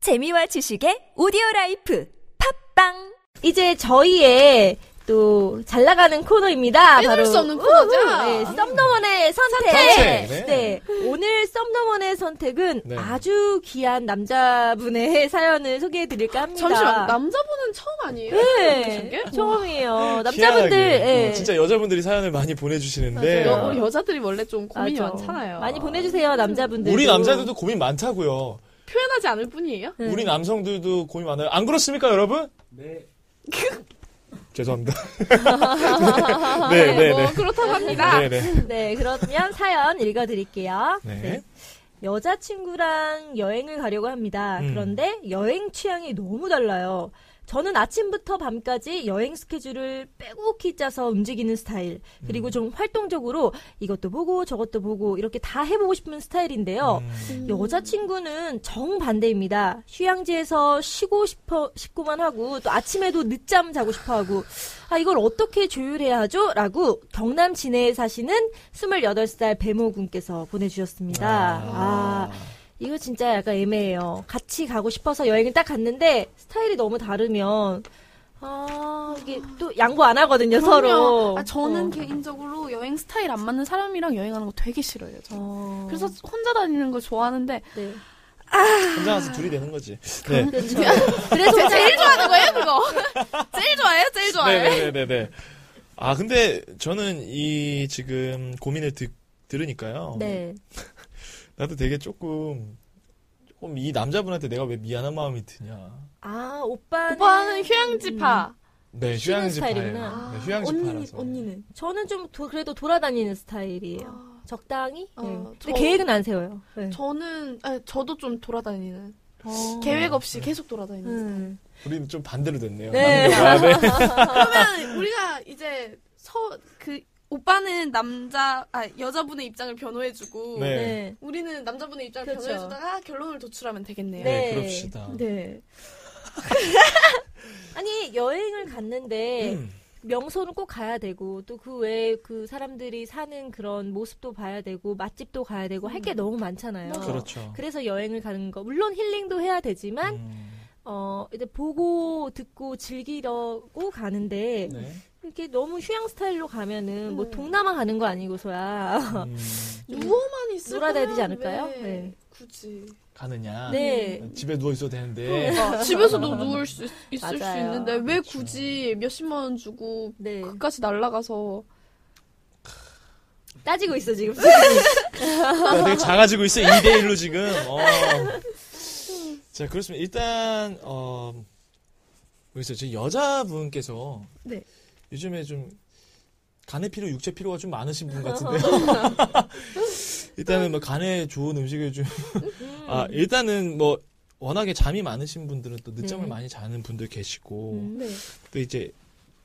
재미와 지식의 오디오 라이프 팝빵 이제 저희의 또 잘 나가는 코너입니다. 빼놓을 바로 수 없는 코너죠. 아. 우후! 네, 썸너원의 선택. 선택, 네. 네, 오늘 썸너원의 선택은 네. 아주 귀한 남자분의 사연을 소개해 드릴까 합니다. 아, 잠시만 남자분은 처음 아니에요? 네. 이렇게? 처음이에요. 남자분들 희한하게. 예. 어, 진짜 여자분들이 사연을 많이 보내주시는데 맞아요. 여, 우리 여자들이 원래 좀 고민이 맞아. 많잖아요. 많이 보내 주세요, 남자분들. 우리 남자들도 고민 많다고요. 표현하지 않을 뿐이에요. 네. 우리 남성들도 고민 많아요. 안 그렇습니까, 여러분? 네. 죄송합니다. 네, 네, 뭐 네. 그렇다고 합니다. 네, 네. 네, 그러면 사연 읽어 드릴게요. 네. 여자친구랑 여행을 가려고 합니다. 음. 그런데 여행 취향이 너무 달라요. 저는 아침부터 밤까지 여행 스케줄을 빼곡히 짜서 움직이는 스타일. 그리고 좀 활동적으로 이것도 보고 저것도 보고 이렇게 다 해보고 싶은 스타일인데요. 음, 여자친구는 정반대입니다. 휴양지에서 쉬고 싶어, 싶고만 하고, 또 아침에도 늦잠 자고 싶어 하고, 아, 이걸 어떻게 조율해야 하죠? 라고 경남 진해에 사시는 28살 배모군께서 보내주셨습니다. 아, 이거 진짜 약간 애매해요. 같이 가고 싶어서 여행을 딱 갔는데, 스타일이 너무 다르면, 아, 이게 또 양보 안 하거든요, 서로. 아, 저는 어. 개인적으로 여행 스타일 안 맞는 사람이랑 여행하는 거 되게 싫어요. 저. 어. 그래서 혼자 다니는 걸 좋아하는데 네. 혼자 와서 둘이 되는 거지. 네. 그렇죠. 제가 제일 좋아하는 거예요, 그거. 제일 좋아해요, 제일 네, 좋아해요. 네, 네, 네. 아, 근데 저는 이 지금 고민을 듣, 들으니까요. 네. 나도 되게 조금, 조금 이 남자분한테 내가 왜 미안한 마음이 드냐. 아, 오빠는. 오빠는 휴양지파. 네, 쉬는 아, 휴양지 스타일이구나. 파예요. 네, 휴양지 파라서. 아, 언니는 저는 좀 도- 그래도 돌아다니는 스타일이에요. 적당히? 어, 네. 저- 근데 계획은 안 세워요. 네. 저는 아, 저도 좀 돌아다니는 어. 계획 없이 계속 돌아다니는. 음. 우리는 좀 반대로 됐네요. 네. 남녀가. 네. 그러면 우리가 이제 서 그 오빠는 남자 아 여자분의 입장을 변호해주고 네. 네. 우리는 남자분의 입장을 그렇죠. 변호해주다가 결론을 도출하면 되겠네요. 네, 네. 그럽시다. 네. 아니, 여행을 갔는데, 음. 명소는 꼭 가야 되고, 또 그 외에 그 사람들이 사는 그런 모습도 봐야 되고, 맛집도 가야 되고, 할 게 너무 많잖아요. 그렇죠. 그래서 여행을 가는 거, 물론 힐링도 해야 되지만, 음. 어, 이제 보고, 듣고, 즐기려고 가는데, 네. 이렇게 너무 휴양 스타일로 가면은, 뭐, 동남아 가는 거 아니고서야, 음, 누워만 있으면 놀아다니지 않을까요? 왜 네. 굳이 가느냐. 네. 집에 누워 있어도 되는데. 그러니까 집에서도 누울 수 있, 을수 맞아요. 있는데 왜 네. 그렇죠. 굳이 몇십만 원 주고 네. 끝까지 날라가서 따지고 있어, 지금. 나 되게 작아지고 있어. 2대1로 지금. 어. 자, 그렇습니다. 일단, 어, 뭐 모르겠어요. 제 여자분께서. 네. 요즘에 좀, 간의 피로, 육체 피로가 좀 많으신 분 같은데. 일단은 뭐, 간에 좋은 음식을 좀. 아, 일단은 뭐, 워낙에 잠이 많으신 분들은 또 늦잠을 네. 많이 자는 분들 계시고. 음, 네. 또 이제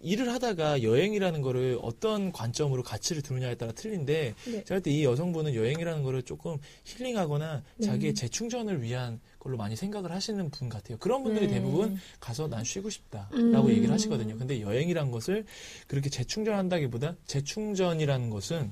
일을 하다가 여행이라는 거를 어떤 관점으로 가치를 두느냐에 따라 틀린데 제가 볼 때 이 여성분은 여행이라는 거를 조금 힐링하거나 자기의 재충전을 위한 걸로 많이 생각을 하시는 분 같아요. 그런 분들이 네. 대부분 가서 난 쉬고 싶다라고 음. 얘기를 하시거든요. 근데 여행이란 것을 그렇게 재충전한다기보다 재충전이라는 것은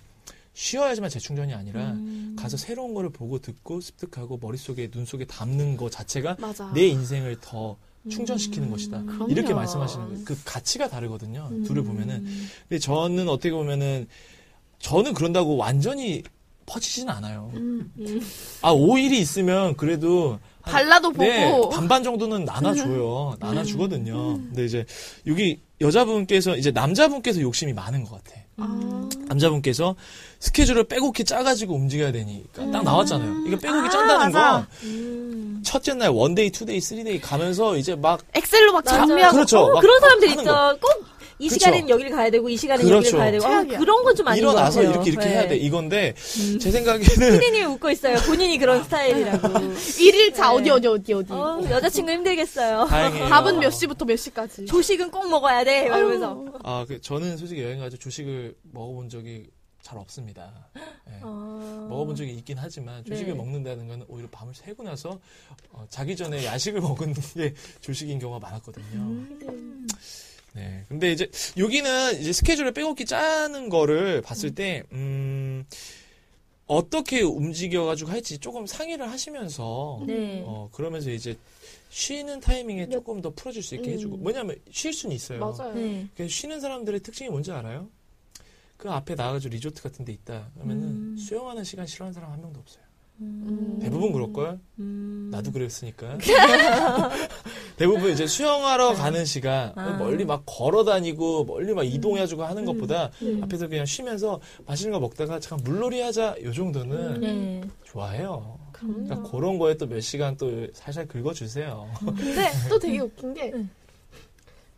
쉬어야지만 재충전이 아니라 가서 새로운 거를 보고 듣고 습득하고 머릿속에 눈 속에 담는 거 자체가 맞아. 내 인생을 더 음, 충전시키는 것이다. 이렇게 말씀하시는 거예요. 그 가치가 다르거든요. 음. 둘을 보면은. 근데 저는 어떻게 보면은 저는 그런다고 완전히 퍼지진 않아요. 아, 5일이 있으면 그래도 한- 음, 예. 발라도 보고 네, 반반 정도는 나눠줘요. 나눠주거든요. 음. 근데 이제 여기 여자분께서 이제 남자분께서 욕심이 많은 것 같아. 음. 아. 남자분께서 스케줄을 빼곡히 짜가지고 움직여야 되니까 딱 나왔잖아요. 이거 빼곡히 짠다는 맞아. 건 첫째 날 원데이, 투데이, 쓰리데이 가면서 이제 막 엑셀로 막 맞아. 정리하고 그렇죠. 막 어, 그런 사람들 하는 있죠. 꼭 이 그쵸. 시간엔 여기를 가야 되고 이 시간엔 여기를 그렇죠. 가야 되고 아, 최악이야. 그런 건 좀 아닌 것 일어나서 같아요. 이렇게 이렇게 네. 해야 돼 이건데 제 생각에는 피디님 웃고 있어요. 본인이 아. 그런 스타일이라고. 1일차 네. 어디 어디 어디 어디. 어, 여자친구 힘들겠어요. 다행이에요. 밥은 몇 시부터 몇 시까지. 조식은 꼭 먹어야 돼. 막 이러면서. 아, 그, 저는 솔직히 여행 가서 조식을 먹어본 적이 잘 없습니다. 예. 먹어본 적이 있긴 하지만 조식을 네. 먹는다는 건 오히려 밤을 새고 나서 어, 자기 전에 야식을 먹은 게 조식인 경우가 많았거든요. 네. 근데 이제 여기는 이제 스케줄을 빼곡히 짜는 거를 봤을 때 음. 어떻게 움직여가지고 할지 조금 상의를 하시면서 네. 어, 그러면서 이제 쉬는 타이밍에 조금 더 풀어줄 수 있게 해주고 음. 왜냐면 쉴 수는 있어요. 맞아요. 네. 그 쉬는 사람들의 특징이 뭔지 알아요? 그 앞에 나가서 리조트 같은 데 있다 하면은 음. 수영하는 시간 싫어하는 사람 한 명도 없어요. 음. 대부분 그럴걸? 음. 나도 그랬으니까. 대부분 이제 수영하러 가는 시간, 아. 멀리 막 걸어 다니고, 멀리 막 이동해가지고 하는 것보다 음. 앞에서 그냥 쉬면서 맛있는 거 먹다가 잠깐 물놀이 하자, 요 정도는 네. 좋아해요. 그럼요. 그러니까 그런 거에 또 몇 시간 또 살살 긁어주세요. 네. 근데 또 되게 웃긴 게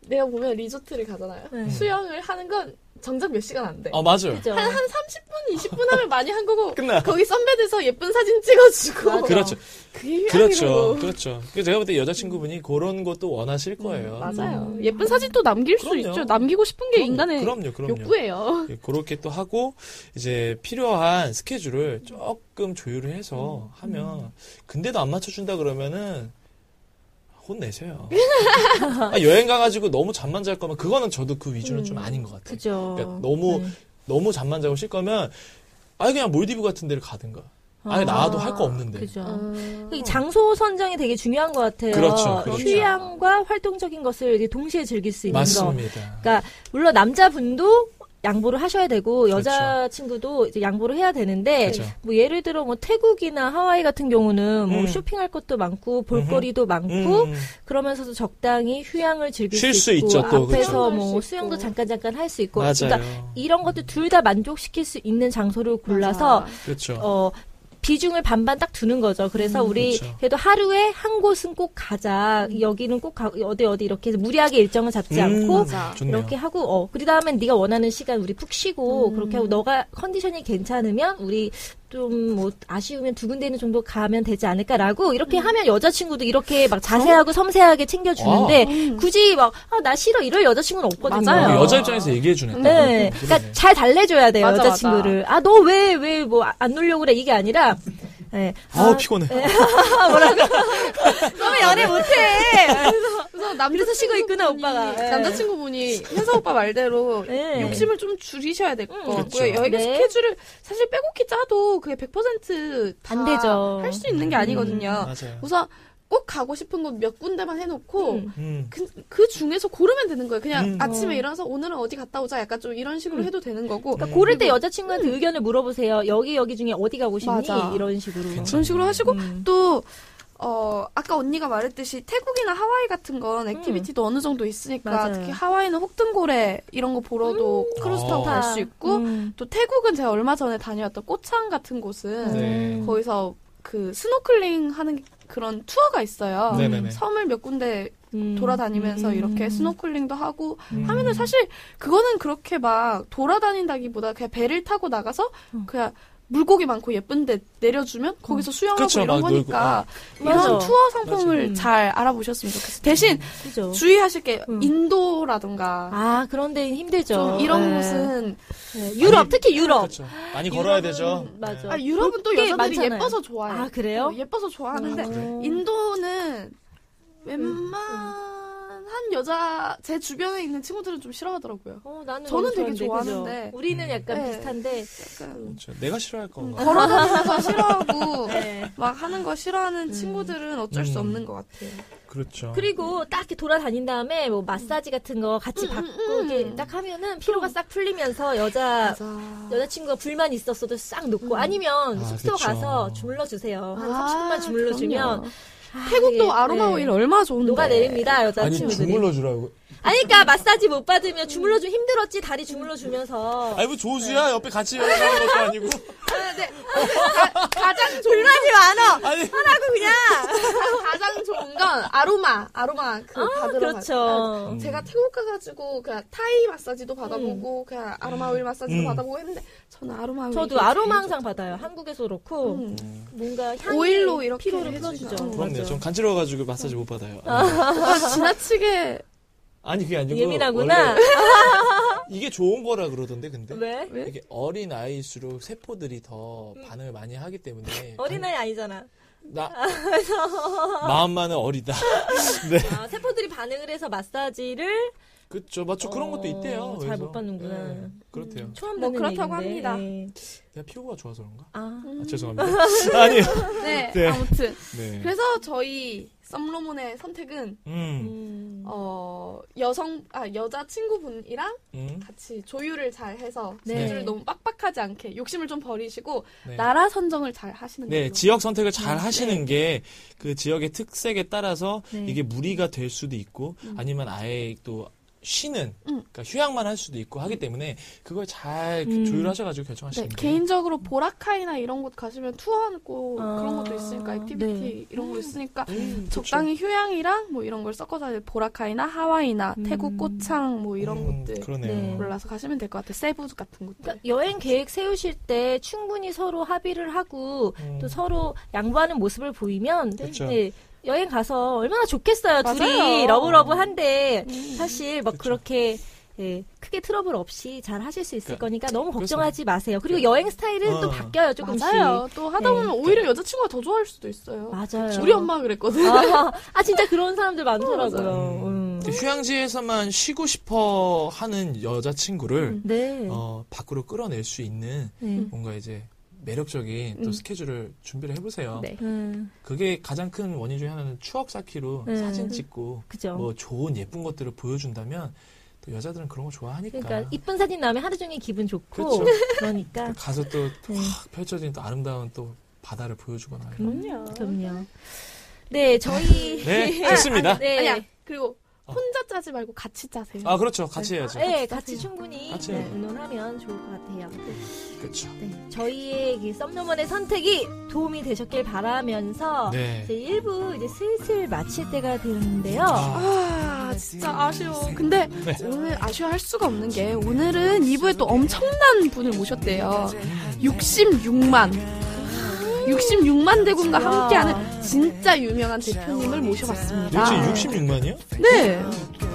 내가 보면 리조트를 가잖아요. 네. 수영을 하는 건 정작 몇 시간 안 돼. 어, 맞아요. 그죠. 한, 한 30분, 20분 하면 많이 한 거고 끝나. 거기 선베드에서 예쁜 사진 찍어주고 맞아. 그렇죠. 그게 그렇죠. 휴양이고 음, 그렇죠. 그 제가 볼 때 여자친구분이 그런 것도 원하실 거예요. 맞아요. 음. 예쁜 사진 또 남길 수 그럼요. 있죠. 남기고 싶은 게 그럼요, 인간의 그럼요, 그럼요. 욕구예요. 예, 그렇게 또 하고 이제 필요한 스케줄을 조금 조율을 음, 해서 하면 근데도 안 맞춰준다 그러면은 혼내세요. 아, 여행 가가지고 너무 잠만 잘 거면 그거는 저도 그 위주는 음, 좀 아닌 것 같아요. 그죠. 그러니까 너무 네. 너무 잠만 자고 쉴 거면 아예 그냥 몰디브 같은 데를 가든가 아예 나와도 할 거 없는데 그죠. 음. 이 장소 선정이 되게 중요한 것 같아요. 그렇죠, 그렇죠. 휴양과 활동적인 것을 이렇게 동시에 즐길 수 있는 거. 맞습니다. 그러니까 물론 남자분도 양보를 하셔야 되고 여자친구도 이제 양보를 해야 되는데 그렇죠. 뭐 예를 들어 뭐 태국이나 하와이 같은 경우는 뭐 음. 쇼핑할 것도 많고 볼거리도 그 많고 음, 그러면서도 적당히 휴양을 즐길 쉴수 있고 있죠, 또, 앞에서 그렇죠. 뭐 수영할 수 수영도 있고. 잠깐 잠깐 할 수 있고 맞아요. 그러니까 이런 것도 둘 다 만족시킬 수 있는 장소를 골라서 그렇죠. 어 비중을 반반 딱 두는 거죠. 그래서 음. 우리 그렇죠. 그래도 하루에 한 곳은 꼭 가자. 여기는 꼭 가, 어디 어디 이렇게 해서 무리하게 일정을 잡지 않고 음, 맞아. 좋네요. 이렇게 하고 어 그러다 하면 네가 원하는 시간 우리 푹 음. 쉬고 그렇게 하고 너가 컨디션이 괜찮으면 우리 좀 뭐 아쉬우면 두 군데는 정도 가면 되지 않을까라고 이렇게 음. 하면 여자친구도 이렇게 막 자세하고 섬세하게 아. 챙겨주는데 음. 굳이 막 아, 나 싫어 이럴 여자친구는 없거든요. 맞아요. 어, 여자 입장에서 얘기해 주네. 또. 네. 그러네. 그러니까 잘 달래줘야 돼요, 맞아, 여자친구를. 아, 너 왜, 왜, 뭐, 아- 안 놀려고 그래. 이게 아니라. 예. 아우 어, 피곤해. 너무 연애 못해. 그래서 이래서 쉬고 있구나, 남자친구분이- 오빠가. 네. 남자친구분이 회사 오빠 말대로 네. 욕심을 좀 줄이셔야 될 것 음. 같고요. 그렇죠. 여행 네. 스케줄을 사실 빼곡히 짜도 그게 100%안 안 되죠. 할 수 있는 게 음. 아니거든요. 맞아요. 우선 꼭 가고 싶은 곳 몇 군데만 해놓고 음. 음. 그, 그 중에서 고르면 되는 거예요. 그냥 음. 아침에 어. 일어나서 오늘은 어디 갔다 오자 약간 좀 이런 식으로 음. 해도 되는 거고 그러니까 고를 때 여자친구한테 의견을 물어보세요. 여기, 여기 중에 어디 가고 싶니? 맞아. 이런 식으로. 괜찮- 그런 식으로 하시고 음. 또 어, 아까 언니가 말했듯이 태국이나 하와이 같은 건 액티비티도 어느 정도 있으니까 음. 맞아요. 특히 하와이는 혹등고래 이런 거 보러도 크루즈 타고 어. 갈 수 있고 음. 또 태국은 제가 얼마 전에 다녀왔던 꽃창 같은 곳은 네. 거기서 그 스노클링 하는 그런 투어가 있어요. 네네네. 섬을 몇 군데 음. 돌아다니면서 음. 이렇게 스노클링도 하고 음. 하면은 사실 그거는 그렇게 막 돌아다닌다기보다 그냥 배를 타고 나가서 어. 그냥 물고기 많고 예쁜데 내려주면 거기서 수영하고 어. 그쵸, 이런 막 그렇죠. 아, 거니까 놀고. 이런 맞아. 투어 상품을 맞아. 잘 알아보셨으면 좋겠어요. 대신 그죠. 주의하실 게 음. 인도라든가 아, 그런 데는 힘들죠. 좀 이런 네. 곳은 네. 유럽, 특히 유럽. 그렇죠. 많이 걸어야 유럽은- 되죠. 네. 맞아. 아 유럽은 또 꽤 여자들이 많잖아요. 예뻐서 좋아해요. 아, 그래요? 어, 예뻐서 좋아하는데 어. 인도는 웬만한 여자 제 주변에 있는 친구들은 좀 싫어하더라고요. 어, 나는 저는 너무 좋아하는데, 되게 그죠? 좋아하는데. 우리는 약간 네. 비슷한데. 약간 그렇죠. 내가 싫어할 음. 건가? 걸어다니면서 싫어하고 네. 음. 막 하는 거 싫어하는 친구들은 어쩔 수 음. 없는 것 같아요. 그렇죠. 그리고 딱 이렇게 돌아다닌 다음에 뭐 마사지 같은 거 같이 음, 받고 이렇게 딱 하면은 피로가 싹 풀리면서 여자 아, 여자친구가 불만 있었어도 싹 놓고 아니면 아, 숙소 그쵸. 가서 주물러 주세요 한 음. 아, 30분만 주물러 주면 그럼요. 태국도 아로마 네. 오일 얼마 나 좋은데. 녹아 내립니다 아니 여자친구들이 주물러 주라고. 아니 그러니까 마사지 못 받으면 주물러 주면 힘들었지 다리 주물러 주면서 아니 네. 뭐 조수야 옆에 같이 여행하는 것도 아니고. 아, 네. 가- 가장 좋은 불만이 많아 아니 하라고 그냥 가장 좋은 건 아로마 아로마 그 받으러 가- 아, 그렇죠 음. 제가 태국 가가지고 그냥 타이 마사지도 받아보고 그냥 아로마 오일 마사지도 음. 받아보고 했는데 저는 아로마 오일 음. 저도 아로마 항상 받아요 한국에서 그렇고 음. 뭔가 향이 오일로 이렇게 피로를 해주죠. 풀어주죠 음. 그렇네요. 맞아요. 전 간지러워가지고 마사지 못 받아요. 아니, 지나치게 아니 그게 아니고 예민하구나 네. 원래 이게 좋은 거라 그러던데 근데 왜? 왜? 이게 어린 아이일수록 세포들이 더 반응을 많이 하기 때문에 음. 음, 어린아이 아니잖아. 나 마음만은 어리다. 네. 아, 세포들이 반응을 해서 마사지를 그쵸 맞죠 그런 것도 있대요. 어, 그래서. 잘못 봤는구나. 예, 그렇대요. 처음 뭐 듣는 그렇다고 얘기인데. 합니다. 예. 내가 피부가 좋아서 그런가? 아, 아, 죄송합니다. 아니. 네, 네. 아무튼 네. 그래서 저희 썸로몬의 선택은 음. 음. 어 여성 아 여자 친구분이랑 음. 같이 조율을 잘 해서 네. 스케줄 너무 빡빡하지 않게 욕심을 좀 버리시고 네. 나라 선정을 잘 하시는 네, 걸로. 지역 선택을 잘 하시는 게 그 지역의 특색에 따라서 네. 음. 이게 무리가 될 수도 있고 아니면 아예 또 쉬는 그러니까 휴양만 할 수도 있고 하기 때문에 그걸 잘 음. 조율하셔가지고 결정하시는 네, 게 개인적으로 보라카이나 이런 곳 가시면 투어하고 아, 그런 것도 있으니까 액티비티 네. 이런 거 있으니까 음, 적당히 휴양이랑 뭐 이런 걸 섞어서 이제 보라카이나 하와이나 음. 태국 꽃창 뭐 이런 음, 곳들 그러네요. 네. 골라서 가시면 될 것 같아요. 세부 같은 곳들. 그러니까 여행 계획 세우실 때 충분히 서로 합의를 하고 음. 또 서로 양보하는 모습을 보이면 그쵸. 네, 여행 가서 얼마나 좋겠어요. 둘이 맞아요. 음. 러브러브한데 사실 막 그쵸. 그렇게 예, 크게 트러블 없이 잘 하실 수 있을 거니까 그러니까, 너무 그래서- 걱정하지 마세요. 그리고 여행 스타일은 어. 또 바뀌어요 조금씩. 맞아요. 또 하다 네. 보면 오히려 여자친구가 더 좋아할 수도 있어요. 맞아요. 우리 엄마가 그랬거든. 요 아, 아, 진짜 그런 사람들 많더라고요. 음. 음. 근데 휴양지에서만 쉬고 싶어 하는 여자친구를 네. 어, 밖으로 끌어낼 수 있는 네. 음. 뭔가 이제 매력적인 또 스케줄을 준비를 해보세요. 네. 음, 그게 가장 큰 원인 중에 하나는 추억 쌓기로 네. 사진 찍고 그죠. 뭐 좋은 예쁜 것들을 보여준다면 또 여자들은 그런 거 좋아하니까. 그러니까 이쁜 사진 나오면 하루 종일 기분 좋고 그쵸. 그러니까 가서 또 확 네. 펼쳐진 또 아름다운 또 바다를 보여주거나. 음, 그럼요. 그럼요. 네, 저희 네, 좋습니다. 아, 네. 아니야. 그리고 어. 혼자 짜지 말고 같이 짜세요. 아 그렇죠. 같이 해야죠. 네, 같이 충분히 같이 네, 해요. 의논하면 좋을 것 같아요. 그렇죠. 네, 저희의 이 썸노먼의 선택이 도움이 되셨길 바라면서 네. 이제 1부 이제 슬슬 마칠 때가 되는데요. 아, 진짜 아쉬워. 근데 네. 오늘 아쉬워할 수가 없는 게 오늘은 2부에 또 엄청난 분을 모셨대요. 66만. 66만 대군과 함께하는 진짜 유명한 대표님을 도대체 모셔봤습니다. 66만이요? 네.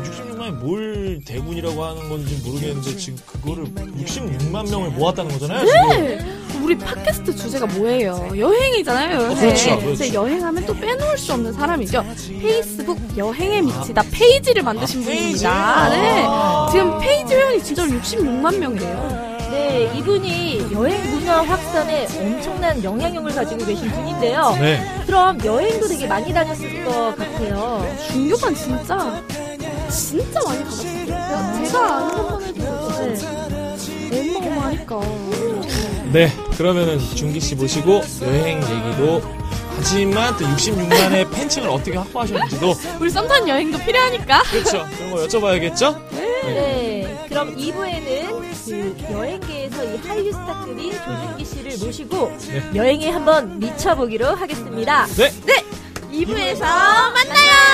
66만이 뭘 대군이라고 하는 건지 모르겠는데 지금 그거를 66만 명을 모았다는 거잖아요. 지금. 네. 우리 팟캐스트 주제가 뭐예요? 여행이잖아요, 여행. 어, 그렇죠, 그렇죠. 근데 여행하면 또 빼놓을 수 없는 사람이죠. 페이스북 여행에 미치다 페이지를 만드신 아, 페이지? 아. 분입니다. 네. 지금 페이지 회원이 진짜로 66만 명이래요. 네, 이분이 여행 문화 확산에 엄청난 영향력을 가지고 계신 분인데요. 네. 그럼 여행도 되게 많이 다녔을 것 같아요. 중교관 진짜, 진짜 많이 가봤어요. 제가 아는 것만 해도 진짜 어마어마하니까. 네. 그러면은 준기 씨 모시고 여행 얘기도 하지만 또 66만의 팬층을 어떻게 확보하셨는지도 우리 썸탄 여행도 필요하니까. 그렇죠. 그런 거 여쭤봐야겠죠? 네, 그럼 2부에는 그 여행계에서 이 한류 스타급인 조준기 씨를 모시고 네. 여행에 한번 미쳐보기로 하겠습니다. 네. 2부에서 만나요!